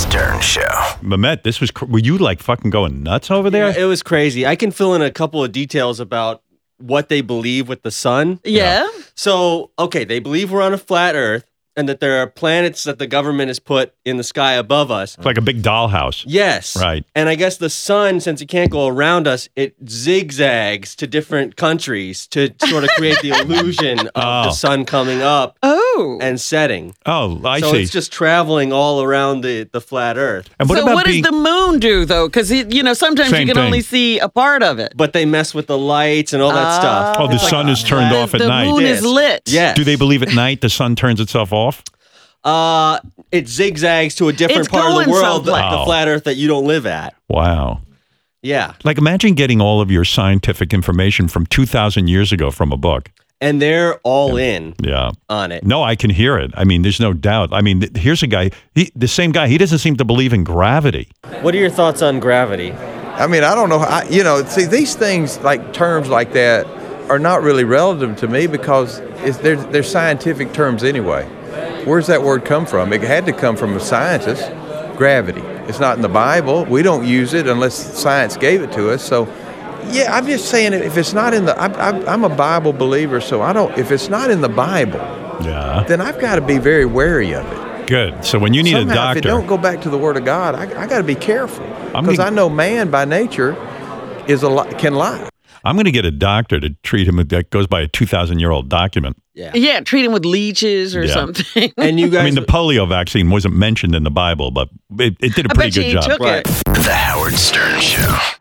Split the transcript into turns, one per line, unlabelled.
show.
Mehmet, this was, cr- were you like fucking going nuts over there?
Yeah, it was crazy. I can fill in a couple of details about what they believe with the sun.
Yeah.
So, okay, they believe we're on a flat Earth and that there are planets that the government has put in the sky above us.
it's like a big dollhouse.
Yes.
Right.
And I guess the sun, since it can't go around us, it zigzags to different countries to sort of create the illusion of
Oh.
the sun coming up
Oh.
and setting.
Oh, I
so
see.
it's just traveling all around the, the flat Earth.
and what
so
about
what
being,
does the moon do though? Because you know sometimes
Same
you can
thing.
only see a part of it.
But they mess with the lights and all that stuff.
oh, the
It's like
sun is turned
the,
off at
the
night.
Oh, moon
Yes.
is lit.
Yes.
Do they believe at night the sun turns itself off?
Uh, it zigzags to a different
It's
part of the
going
world, the,
someplace.
the flat Earth that you don't live at.
Wow.
Yeah,
Like imagine getting all of your scientific information from 2,000 years ago from a book.
and they're all in
Yeah.
on it.
No, I can hear it. I mean, there's no doubt. I mean, th- here's a guy, he, the same guy, he doesn't seem to believe in gravity.
What are your thoughts on gravity?
I mean, I don't know. how- I, you know, see, these things like terms like that are not really relative to me because it's, they're, they're scientific terms anyway. Where's that word come from? It had to come from a scientist. Gravity. It's not in the Bible. We don't use it unless science gave it to us. So, yeah, I'm just saying if it's not in the, I, I, I'm a Bible believer, so I don't. If it's not in the Bible,
Yeah.
then I've got to be very wary of it.
Good. So when you need
Somehow,
a
If it don't
doctor,
go back to the Word of God, I, I got to be careful
I'm
because I
gonna-
know man by nature is a li- can lie.
I'm going to get a doctor to treat him with that goes by a 2,000 year old document.
Yeah,
Yeah, treat him with leeches or
Yeah.
something.
and you guys.
I mean, the polio vaccine wasn't mentioned in the Bible, but it, it did a
I
pretty
bet you
good
he
job.
took
Right.
it.
The Howard Stern Show.